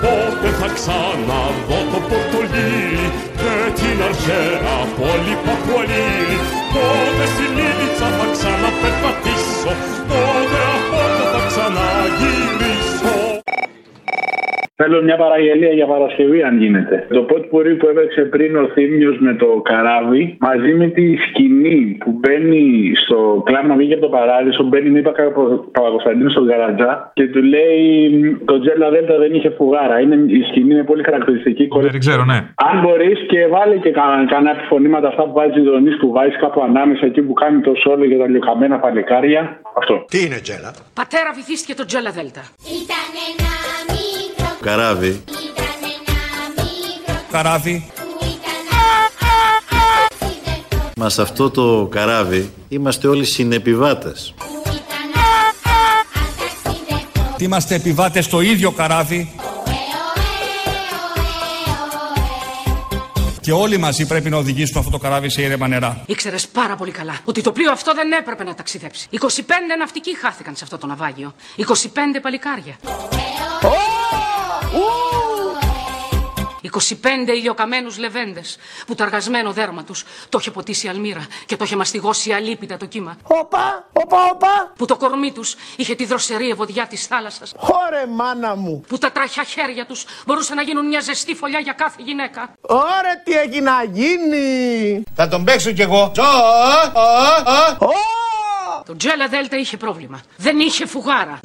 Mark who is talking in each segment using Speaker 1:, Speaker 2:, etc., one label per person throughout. Speaker 1: Ποτέ θα ξαναδώ το πορτολί και την αρχαία πόλη Παπουαλή. Πότε στην Ήλιτσα θα ξαναπερπατήσω, τότε από εδώ θα ξαναγυρίσω.
Speaker 2: Θέλω μια παραγγελία για Παρασκευή, αν γίνεται. Το ποτ πουρί που έπαιξε πριν ο Θήμιος με το καράβι, μαζί με τη σκηνή που μπαίνει στο κλάμα, βγήκε από το παράδεισο, μπαίνει με Παπακοσταντίνο στον καρατζά και του λέει το τζέλα δέλτα δεν είχε φουγάρα. Είναι, η σκηνή είναι πολύ χαρακτηριστική.
Speaker 3: Ναι, δεν ξέρω, ναι.
Speaker 2: Αν μπορείς και βάλε και κανένα κανένα επιφωνήματα αυτά που βάζει ο Νη που βάζει κάπου ανάμεσα εκεί που κάνει το σόλο για τα λιωκαμένα παλικάρια. Αυτό.
Speaker 4: Τι είναι τζέλα.
Speaker 5: Πατέρα βυθίστηκε το Τζέλα Δέλτα.
Speaker 6: Ήταν ένα μικρό,
Speaker 4: Καράβι.
Speaker 6: ήταν ένα μικρό
Speaker 3: Καράβι.
Speaker 6: που ήταν άσυνδετό,
Speaker 4: Μα σε αυτό το καράβι είμαστε όλοι συνεπιβάτες.
Speaker 6: που ήταν άσυνδετό.
Speaker 3: Είμαστε επιβάτες στο ίδιο καράβι
Speaker 6: Ε,
Speaker 3: και όλοι μαζί πρέπει να οδηγήσουμε αυτό το καράβι σε ήρεμα νερά.
Speaker 5: Ήξερες πάρα πολύ καλά ότι το πλοίο αυτό δεν έπρεπε να ταξιδέψει. 25 ναυτικοί χάθηκαν σε αυτό το ναυάγιο. 25 παλικάρια. 25 ηλιοκαμένους λεβέντες που το αργασμένο δέρμα τους το είχε ποτίσει η αλμύρα και το είχε μαστιγώσει αλίπητα το κύμα.
Speaker 7: Οπα, οπα, οπα,
Speaker 5: Που το κορμί τους είχε τη δροσερή ευωδιά της θάλασσας.
Speaker 7: χώρε μάνα μου.
Speaker 5: Που τα τραχιά χέρια τους μπορούσαν να γίνουν μια ζεστή φωλιά για κάθε γυναίκα.
Speaker 7: Ωρε τι έχει να γίνει.
Speaker 8: Θα τον παίξω κι εγώ. Ζω, α, α, α.
Speaker 7: Ω,
Speaker 5: Το Τζέλα Δέλτα είχε πρόβλημα. Δεν είχε φουγάρα.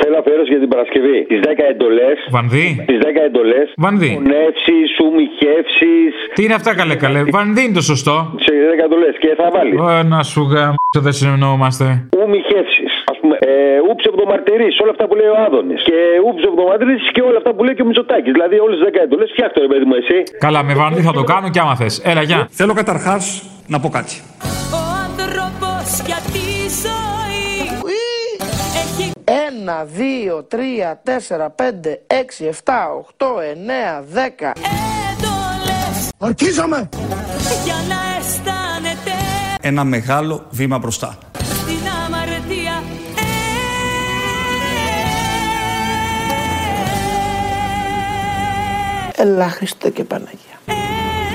Speaker 9: Θέλω αφιέρωση για την Παρασκευή. Τις 10 εντολέ.
Speaker 3: Βανδύ.
Speaker 9: Τι 10 εντολέ.
Speaker 3: Βανδύ.
Speaker 9: ναι. Μονεύσει, ουμιχεύσει.
Speaker 3: Τι είναι αυτά καλέ καλέ. Βανδύ είναι το σωστό.
Speaker 9: Σε 10 εντολές. Και θα βάλεις.
Speaker 3: Ω, να σου γαμίσω δεν συνεννοούμαστε.
Speaker 9: Ουμιχεύσεις. Ας πούμε, ε, ούψε βδομαρτυρή. Όλα αυτά που λέει ο Άδωνης. Και ούψε βδομαρτυρή και όλα αυτά που λέει και ο Μητσοτάκης. Δηλαδή όλες τις 10 εντολές. Φτιάχτε ρε παιδί μου εσύ.
Speaker 3: Καλά, με βανδύ θα το κάνω και άμα θες. Έλα, γεια.
Speaker 8: Θέλω καταρχάς να πω κάτι.
Speaker 10: Ο άνθρωπος για τη ζωή
Speaker 7: ή.
Speaker 10: έχει
Speaker 7: 1, 2, 3, 4, 5, 6, 7, 8, 9, 10.
Speaker 10: έντολες
Speaker 7: Ορκίζομαι!
Speaker 10: για να αισθάνεται
Speaker 8: Ένα μεγάλο βήμα μπροστά.
Speaker 10: την αμαρτία
Speaker 7: Ελά Χριστέ και Παναγία.
Speaker 10: Ε,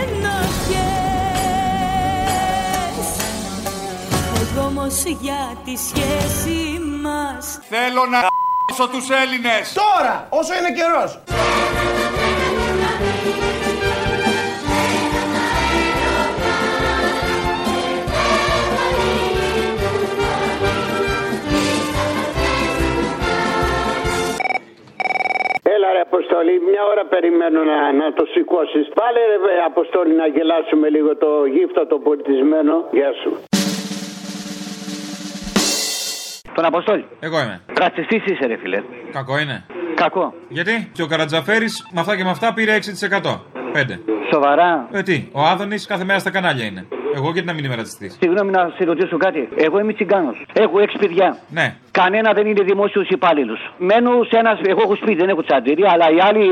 Speaker 10: ενοχές. Εγώ όμως για τη σχέση μας
Speaker 8: Θέλω να χάσω τους Έλληνες.
Speaker 7: Τώρα, όσο είναι καιρός.
Speaker 11: Έλα ρε Αποστολή, μια ώρα περιμένω να, να το σηκώσεις. Πάλε ρε βε, Αποστολή να γελάσουμε λίγο το γύφτο το πολιτισμένο. Γεια σου.
Speaker 9: Τον Αποστόλη.
Speaker 3: Εγώ είμαι.
Speaker 9: Ρατσιστή είσαι, ρε φιλε.
Speaker 3: Κακό είναι.
Speaker 9: Κακό.
Speaker 3: Γιατί και ο Καρατζαφέρης με αυτά και με αυτά πήρε 6%. 5.
Speaker 9: Σοβαρά.
Speaker 3: Ε, τι, ο Άδωνης κάθε μέρα στα κανάλια είναι. Εγώ γιατί να μην είμαι ρατσιστής.
Speaker 9: Συγγνώμη να σε ρωτήσω κάτι. Εγώ είμαι τσιγκάνος. Έχω έξι παιδιά.
Speaker 3: Ναι.
Speaker 9: Κανένα δεν είναι δημόσιος υπάλληλος. Μένω σε ένας. Εγώ έχω σπίτι, δεν έχω τσαντήρια, αλλά οι άλλοι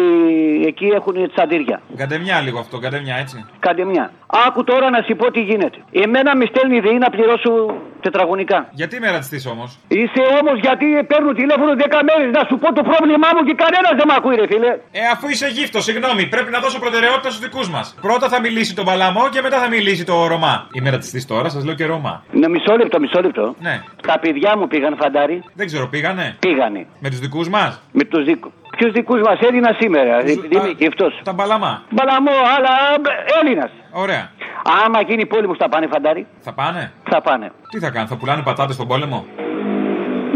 Speaker 9: εκεί έχουν τσαντήρια.
Speaker 3: Καντεμιά λίγο αυτό, καντεμιά έτσι.
Speaker 9: Κάντε μια. Άκου τώρα να σου πω τι γίνεται. Εμένα με στέλνει η ΔΕΗ να πληρώσω τετραγωνικά.
Speaker 3: Γιατί είμαι ρατσιστή όμως.
Speaker 9: Είσαι όμως γιατί παίρνω τηλέφωνο 10 μέρες να σου πω το πρόβλημά μου και κανένας δεν με ακούει, ρε φίλε.
Speaker 3: Ε, αφού είσαι γύφτος, συγγνώμη, πρέπει να δώσω προτεραιότητα στους δικούς μας. Πρώτα θα μιλήσει τον Παλαμό και μετά θα μιλήσει το Ρωμά. Είμαι ρατσιστή τώρα, σας λέω και Ρωμά.
Speaker 9: Ναι, μισό λεπτό, μισό λεπτό.
Speaker 3: Ναι.
Speaker 9: Τα παιδιά μου πήγαν φαντάρι.
Speaker 3: Δεν ξέρω, πήγανε.
Speaker 9: Πήγανε.
Speaker 3: Με τους δικούς μας.
Speaker 9: Με τους δικού. Ποιους δικούς μας έδινα σήμερα, επειδή είμαι γευτός.
Speaker 3: Τα Παλαμά.
Speaker 9: Μπαλαμό, αλλά Έλληνας.
Speaker 3: Ωραία.
Speaker 9: Άμα γίνει πόλεμο θα πάνε φαντάρι.
Speaker 3: Θα πάνε.
Speaker 9: Θα πάνε.
Speaker 3: Τι θα κάνουν, θα πουλάνε πατάτες στον πόλεμο.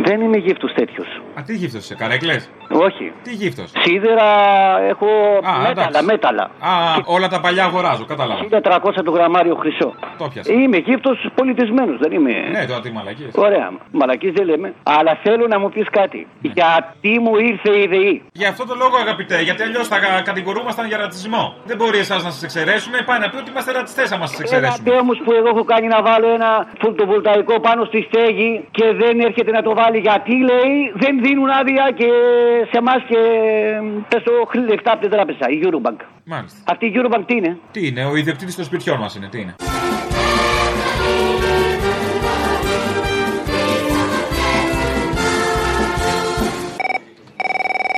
Speaker 9: Δεν είμαι γύφτο τέτοιος.
Speaker 3: Α, τι γύφτος είσαι, καρέκλες.
Speaker 9: Όχι.
Speaker 3: Τι γύφτος.
Speaker 9: Σίδερα έχω
Speaker 3: Α,
Speaker 9: μέταλλα,
Speaker 3: εντάξει.
Speaker 9: μέταλλα.
Speaker 3: Α, όλα τα παλιά αγοράζω, κατάλαβα.
Speaker 9: 1300 το γραμμάριο χρυσό.
Speaker 3: Το πιάσα.
Speaker 9: Είμαι γύφτος πολιτισμένος, δεν είμαι.
Speaker 3: Ναι, τώρα τι μαλακίες.
Speaker 9: Ωραία, μαλακή δεν λέμε. Αλλά θέλω να μου πεις κάτι.
Speaker 3: Ναι.
Speaker 9: Γιατί μου ήρθε η ΔΕΗ.
Speaker 3: Γι' αυτό το λόγο, αγαπητέ, γιατί αλλιώς θα κα- κατηγορούμασταν για ρατσισμό. Δεν μπορεί εσάς να σας εξαιρέσουμε. Πάει να πει ότι είμαστε ρατσιστές, άμα σας
Speaker 9: Ένα
Speaker 3: εξαιρέσουμε.
Speaker 9: τέμος που εγώ έχω κάνει να βάλω ένα φωτοβολταϊκό πάνω στη στέγη και δεν έρχεται να το
Speaker 12: πάλι γιατί λέει δεν δίνουν άδεια και σε εμάς και πες το χρ- λεφτά από την τράπεζα, η Eurobank.
Speaker 3: Μάλιστα.
Speaker 12: Αυτή η Eurobank τι είναι.
Speaker 3: Τι είναι, ο ιδιοκτήτης των σπιτιών μας είναι, τι είναι.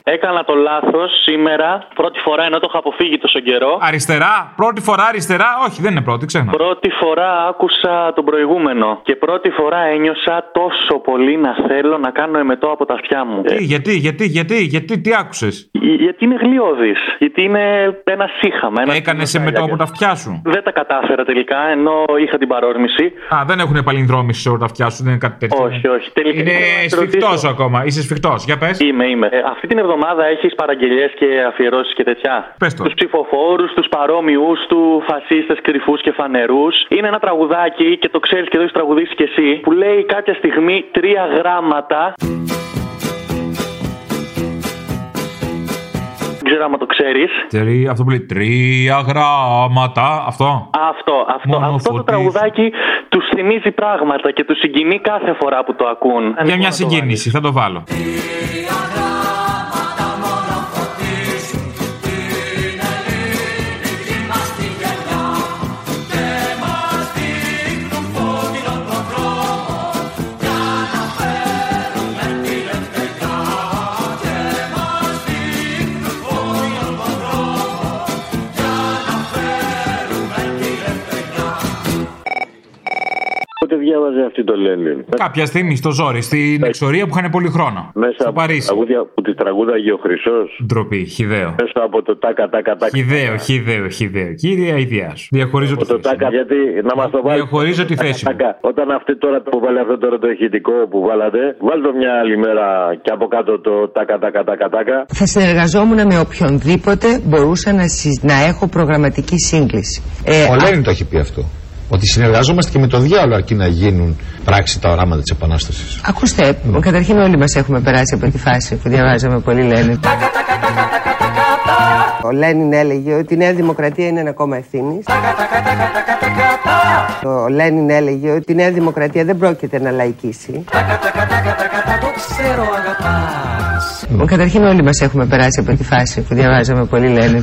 Speaker 13: Έκανα το λάθος σήμερα, πρώτη φορά ενώ το είχα αποφύγει τόσο καιρό.
Speaker 3: Αριστερά, πρώτη φορά αριστερά, όχι δεν είναι πρώτη, ξέχνα.
Speaker 13: Πρώτη φορά άκουσα τον προηγούμενο και πρώτη φορά ένιωσα τόσο πολύ να θέλω να κάνω εμετό από τα αυτιά μου. Ε,
Speaker 3: Τι, γιατί, γιατί, γιατί, γιατί, τι άκουσες.
Speaker 13: γιατί είναι γλιώδης. Γιατί είναι ένα σύχαμα. Ένα
Speaker 3: Έκανες εμετό από τα αυτιά σου.
Speaker 13: Δεν τα κατάφερα τελικά, ενώ είχα την παρόρμηση.
Speaker 3: Α, δεν έχουν παλινδρόμηση σε όλα τα αυτιά σου, δεν είναι κάτι τέτοιο.
Speaker 13: Όχι, όχι. Τελικά ήθελα
Speaker 3: Είναι
Speaker 13: να σε ρωτήσω.
Speaker 3: σφιχτό ακόμα, είσαι σφιχτός. Για πες.
Speaker 13: Είμαι, είμαι. Ε, αυτή την εβδομάδα έχεις παραγγελίε και αφιερώσεις και τέτοια.
Speaker 3: Πες το.
Speaker 13: Τους ψηφοφόρους, τους παρόμοιους του, φασίστες κρυφούς και φανερούς. Είναι ένα τραγουδάκι και το ξέρεις και το έχεις τραγουδήσει κι εσύ που λέει κάποια στιγμή τρία γράμματα. Δεν ξέρω άμα το ξέρεις.
Speaker 3: Τρία, αυτό που λέει τρία γράμματα, αυτό.
Speaker 13: Αυτό, αυτό, αυτό το τραγουδάκι τους θυμίζει πράγματα και τους συγκινεί κάθε φορά που το ακούν.
Speaker 3: Για μια συγκίνηση, θα το βάλω.
Speaker 14: Πότε διάβαζε αυτή Ε, το Λένιν.
Speaker 3: Κάποια στιγμή στο ζόρι, στην εξορία που είχαν πολύ χρόνο.
Speaker 14: Μέσα
Speaker 3: στο
Speaker 14: από
Speaker 3: Παρίσι.
Speaker 14: τραγούδια που τη τραγούδαγε ο Χρυσός.
Speaker 3: Ντροπή, χιδαίο.
Speaker 14: Μέσα από το τάκα τάκα τάκα.
Speaker 3: Χιδαίο, χιδαίο, χιδαίο. Κύρια Ιδιά σου. Διαχωρίζω τη
Speaker 14: Το τάκα, γιατί να μας το βάλει.
Speaker 3: Διαχωρίζω τη θέση μου.
Speaker 14: Όταν αυτή τώρα που βάλει αυτό τώρα το ηχητικό που βάλατε, βάλτε μια άλλη μέρα και από κάτω το τάκα τάκα τάκα τάκα.
Speaker 15: Θα συνεργαζόμουν με οποιονδήποτε μπορούσα να, συ- να έχω προγραμματική σύγκληση. Ε,
Speaker 16: Ο Λένιν το έχει πει αυτό. Ότι συνεργαζόμαστε και με το διάλογο αρκεί να γίνουν πράξη τα οράματα της Επανάστασης.
Speaker 15: Ακούστε, καταρχήν όλοι μας έχουμε περάσει από τη φάση που διαβάζαμε πολύ Λένιν. Ο Λένιν έλεγε ότι η Νέα Δημοκρατία είναι ένα κόμμα ευθύνης. Ο Λένιν έλεγε ότι η Νέα Δημοκρατία δεν πρόκειται να λαϊκίσει.
Speaker 10: Το ξέρω αγαπάς
Speaker 15: Καταρχήν όλοι μας έχουμε περάσει από τη φάση που διαβάζαμε πολύ Λένιν.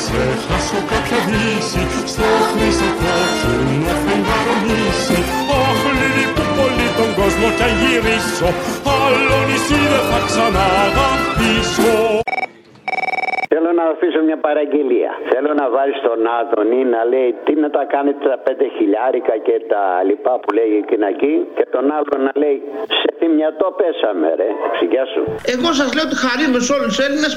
Speaker 1: Ξεχάσω κάποια δύση στο χρυσό κόκκινο φεγγαρονίσι Αχ, λυπού πολύ τον κόσμο κι αν γυρίσω Άλλο νησί δεν θα ξαναγαπήσω
Speaker 11: Θέλω να αφήσω μια παραγγελία. Θέλω να βάλει τον Άδωνη να λέει τι να τα κάνει τα πέντε χιλιάρικα και τα λοιπά που λέει εκείνα εκεί. Και τον άλλον να λέει σε τι μυατό πέσαμε, ρε. Ξηγιά σου.
Speaker 17: Εγώ σα λέω ότι χαρίζουμε σε όλου του Έλληνε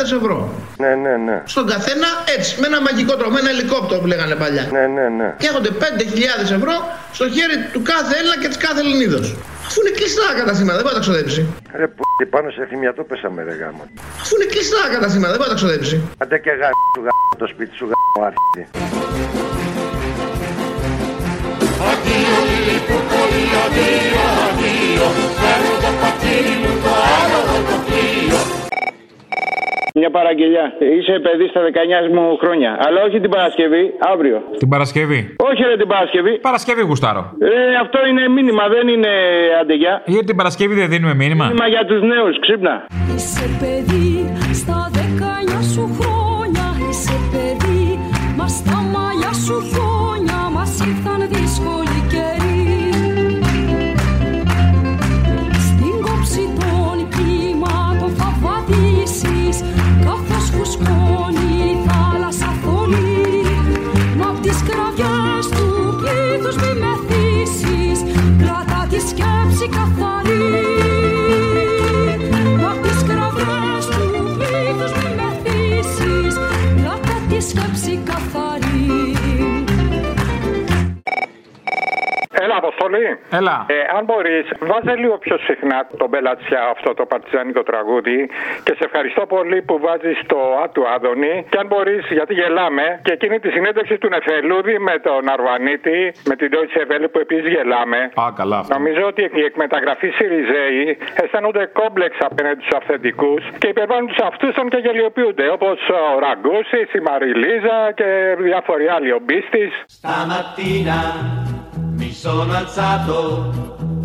Speaker 17: 5.000 ευρώ.
Speaker 18: Ναι, ναι, ναι.
Speaker 17: Στον καθένα έτσι, με ένα μαγικό τρόπο, με ένα ελικόπτερο που λέγανε παλιά.
Speaker 18: Ναι, ναι, ναι.
Speaker 17: Και έχονται 5.000 ευρώ στο χέρι του κάθε Έλληνα και της κάθε Ελληνίδα. Αφού είναι κλειστά τα καταστήματα, δεν πάει να τα ξοδέψει.
Speaker 18: Ρε που πάνω σε θυμιατό πέσαμε ρε γάμο.
Speaker 17: Αφού είναι κλειστά τα καταστήματα, δεν πάει να τα ξοδέψει.
Speaker 18: Αντέ και γάμο του γάμο το σπίτι σου γάμο αρχίδι.
Speaker 1: Αντίο, λυπού πολύ, αντίο, αντίο Φέρνω το πατήρι μου το άλλο το πλοίο
Speaker 19: Μια παραγγελιά. Είσαι παιδί στα 19 μου χρόνια. Αλλά όχι την Παρασκευή, αύριο.
Speaker 3: Την Παρασκευή.
Speaker 19: Όχι ρε την Παρασκευή.
Speaker 3: Παρασκευή γουστάρω.
Speaker 19: Ε, αυτό είναι μήνυμα, δεν είναι αντεγιά.
Speaker 3: Γιατί την Παρασκευή δεν δίνουμε μήνυμα.
Speaker 19: Μήνυμα για τους νέους, ξύπνα.
Speaker 10: Είσαι παιδί στα δεκάνια σου χρόνια Είσαι παιδί μα στα μαλλιά σου χρόνια Μας ήρθαν δύσκολοι καιροί Στην κόψη των κύματων θα βαδίσεις Καθώς φουσκώνει η θάλασσα θολή Μα απ' τις κραυγές του πλήθους μη με θύσεις Κρατά τη σκέψη καθαρή Απ' τις κραυγές του πλήθους μη με θύσεις Κράτα τη σκέψη καθαρή
Speaker 20: Έλα, Αποστολή.
Speaker 3: Έλα.
Speaker 20: Ε, αν μπορείς, βάζε λίγο πιο συχνά τον πελατσιά αυτό το παρτιζάνικο τραγούδι. Και σε ευχαριστώ πολύ που βάζεις το Α του Άδωνη. Και αν μπορείς, γιατί γελάμε. Και εκείνη τη συνέντευξη του Νεφελούδη με τον Αρβανίτη, με την Deutsche Welle που επίσης γελάμε.
Speaker 3: Α, καλά αυτό.
Speaker 20: Νομίζω ότι οι εκμεταγραφείς Σιριζέοι αισθάνονται κόμπλεξ απέναντι στους αυθεντικούς και υπερβάλλουν τους αυτούς των και γελιοποιούνται. Όπως ο Ραγκούση, η Μαριλίζα και διάφοροι άλλοι. Ο Μπίστη.
Speaker 10: Stamattina
Speaker 21: Sono alzato,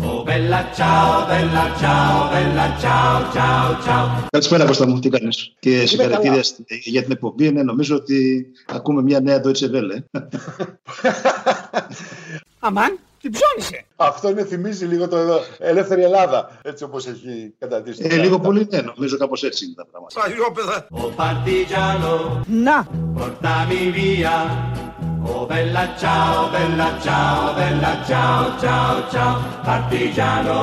Speaker 21: oh bella ciao, bella ciao, bella ciao, ciao, ciao.
Speaker 22: Καλησπέρα, Κώστα μου. Τι κάνεις. Και συγχαρητήρια στη- για την εκπομπή. Ναι, νομίζω ότι ακούμε μια νέα Deutsche Welle.
Speaker 23: Αμάν, την ψώνισε. Αυτό είναι, θυμίζει λίγο το εδώ, Ελεύθερη Ελλάδα, έτσι όπως έχει κατατήσει.
Speaker 22: Ε, λίγο πολύ, ναι, νομίζω κάπως έτσι είναι τα πράγματα.
Speaker 21: Στρατιώπεδα. Ο partigiano,
Speaker 23: Να.
Speaker 21: portami via. Oh bella ciao, bella ciao, bella ciao, ciao, ciao. Partigiano,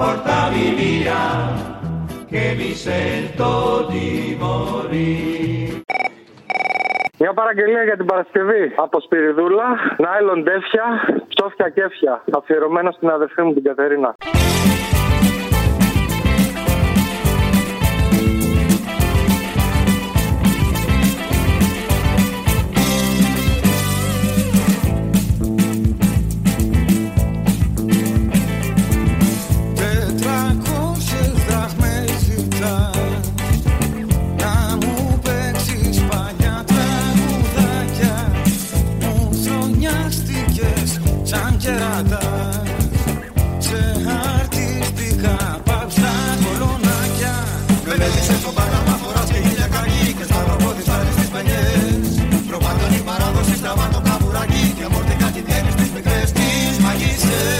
Speaker 21: portami via, che mi sento di morire.
Speaker 13: Μια παραγγελία για την Παρασκευή. Από Σπυριδούλα, Νάιλον Τέφια, Ψόφια Κέφια. Αφιερωμένο στην αδερφή μου την Κατερίνα.
Speaker 24: Τετρακόσιες δραχμές ζητάς Να μου παίξεις παλιά τραγουδάκια Μου φρονιάστηκες σαν κερατάς Σε αρτιστικά πάψα κολονάκια Με μέλησες στον Παναμά φοράς και χίλια κακή Και στα βαμπόδιστα στις πενιές Προπάντων η παράδοση στραβά το καμπουράκι Και μορτικά την τέννη στις μικρές τις μαγισσές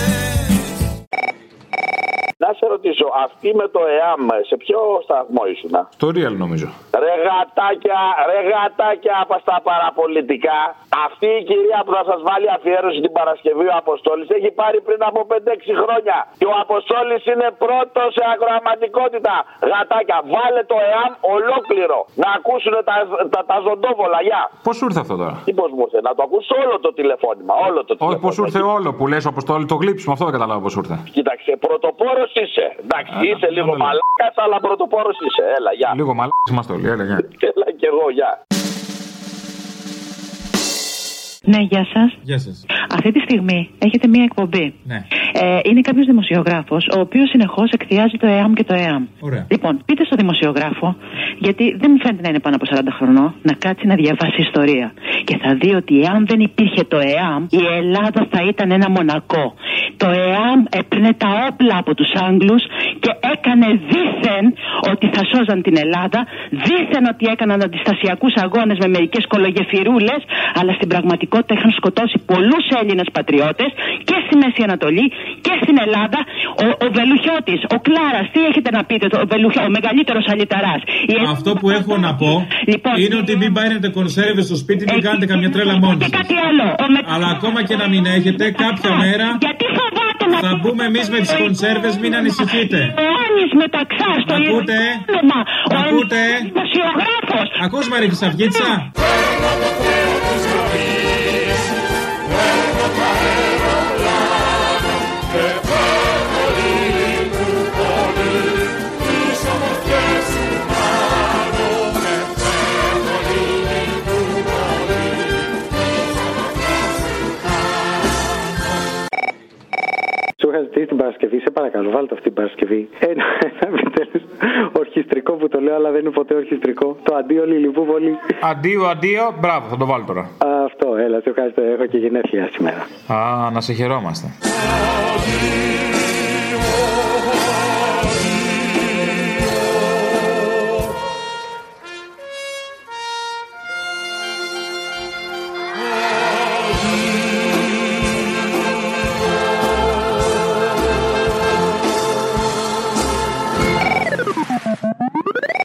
Speaker 25: Να σε ρωτήσω, αυτή με το ΕΑΜ, σε ποιο σταθμό ήσουν.
Speaker 3: Το real νομίζω.
Speaker 25: Ρε γατάκια, ρε γατάκια από στα παραπολιτικά. Αυτή η κυρία που θα σας βάλει αφιέρωση την Παρασκευή, ο Αποστόλης, έχει πάρει πριν από 5-6 χρόνια. Και ο Αποστόλης είναι πρώτος σε αγροαματικότητα. Γατάκια, βάλε το ΕΑΜ ολόκληρο. Να ακούσουν τα, τα, τα ζωντόβολα, γεια.
Speaker 3: Πώς σου ήρθε αυτό τώρα.
Speaker 25: Τι πώς μου ήρθε, να το ακούσει όλο το τηλεφώνημα. Όλο το
Speaker 9: Λοιπόν,
Speaker 3: Όχι,
Speaker 25: τηλεφώνημα.
Speaker 3: πώ ήρθε όλο που λες, όπως το όλο το γλύψουμε. Αυτό δεν καταλάβω πώς ήρθε.
Speaker 25: Κοίταξε, πρωτοπόρος είσαι. Εντάξει, είσαι λίγο μαλάκας, αλλά πρωτοπόρος είσαι. Έλα, γεια.
Speaker 3: Λίγο μαλάκι είμαστε όλοι, έλεγε.
Speaker 25: Έλα κι εγώ, γεια.
Speaker 26: Ναι, γεια σας.
Speaker 3: Γεια σας.
Speaker 26: Αυτή τη στιγμή έχετε μία εκπομπή.
Speaker 3: Ναι.
Speaker 26: Ε, είναι κάποιος δημοσιογράφος, ο οποίος συνεχώς εκθιάζει το ΕΑΜ και το ΕΑΜ.
Speaker 3: Ωραία.
Speaker 26: Λοιπόν, πείτε στο δημοσιογράφο, γιατί δεν μου φαίνεται να είναι πάνω από 40 χρονών, να κάτσει να διαβάσει ιστορία. Και θα δει ότι εάν δεν υπήρχε το ΕΑΜ, η Ελλάδα θα ήταν ένα μονακό. Το ΕΑΜ έπαιρνε τα όπλα από τους Άγγλους και έκανε δίθεν ότι θα σώζαν την Ελλάδα, δίθεν ότι έκαναν αντιστασιακούς αγώνες με μερικές κολογεφυρούλες, αλλά στην πραγματικότητα είχαν σκοτώσει πολλούς Έλληνες πατριώτες και στη Μέση Ανατολή και στην Ελλάδα. Ο, ο Βελουχιώτης, ο Κλάρας, τι έχετε να πείτε, το- ο, Βελουχιώ- ο μεγαλύτερος αλυταράς.
Speaker 27: Αυτό που έχω να πω
Speaker 26: Λοιπόν,
Speaker 27: είναι ότι μην πάρετε κονσέρβες στο σπίτι, μην κάνετε καμιά τρέλα μόνοι σα. Αλλά ακόμα και να μην έχετε, κάποια μέρα θα μπούμε εμείς με τις κονσέρβες, μην ανησυχείτε.
Speaker 26: μεταξά
Speaker 27: στο Ακούτε, ε? ακούτε. Ακούς Μαρή Χρυσαυγίτσα.
Speaker 28: Σου είχα ζητήσει την Παρασκευή, σε παρακαλώ, βάλτε αυτή την Παρασκευή. Ένα, ένα επιτέλους ορχιστρικό που το λέω, αλλά δεν είναι ποτέ ορχιστρικό. Το αντίο Λιλιβούβολη.
Speaker 3: Αντίο, αντίο, μπράβο, θα το βάλω τώρα.
Speaker 28: Α, Αυτό, έλα, σε ευχαριστώ. Έχω και γενέθλια σήμερα.
Speaker 3: Α, να σε χαιρόμαστε.
Speaker 21: Ω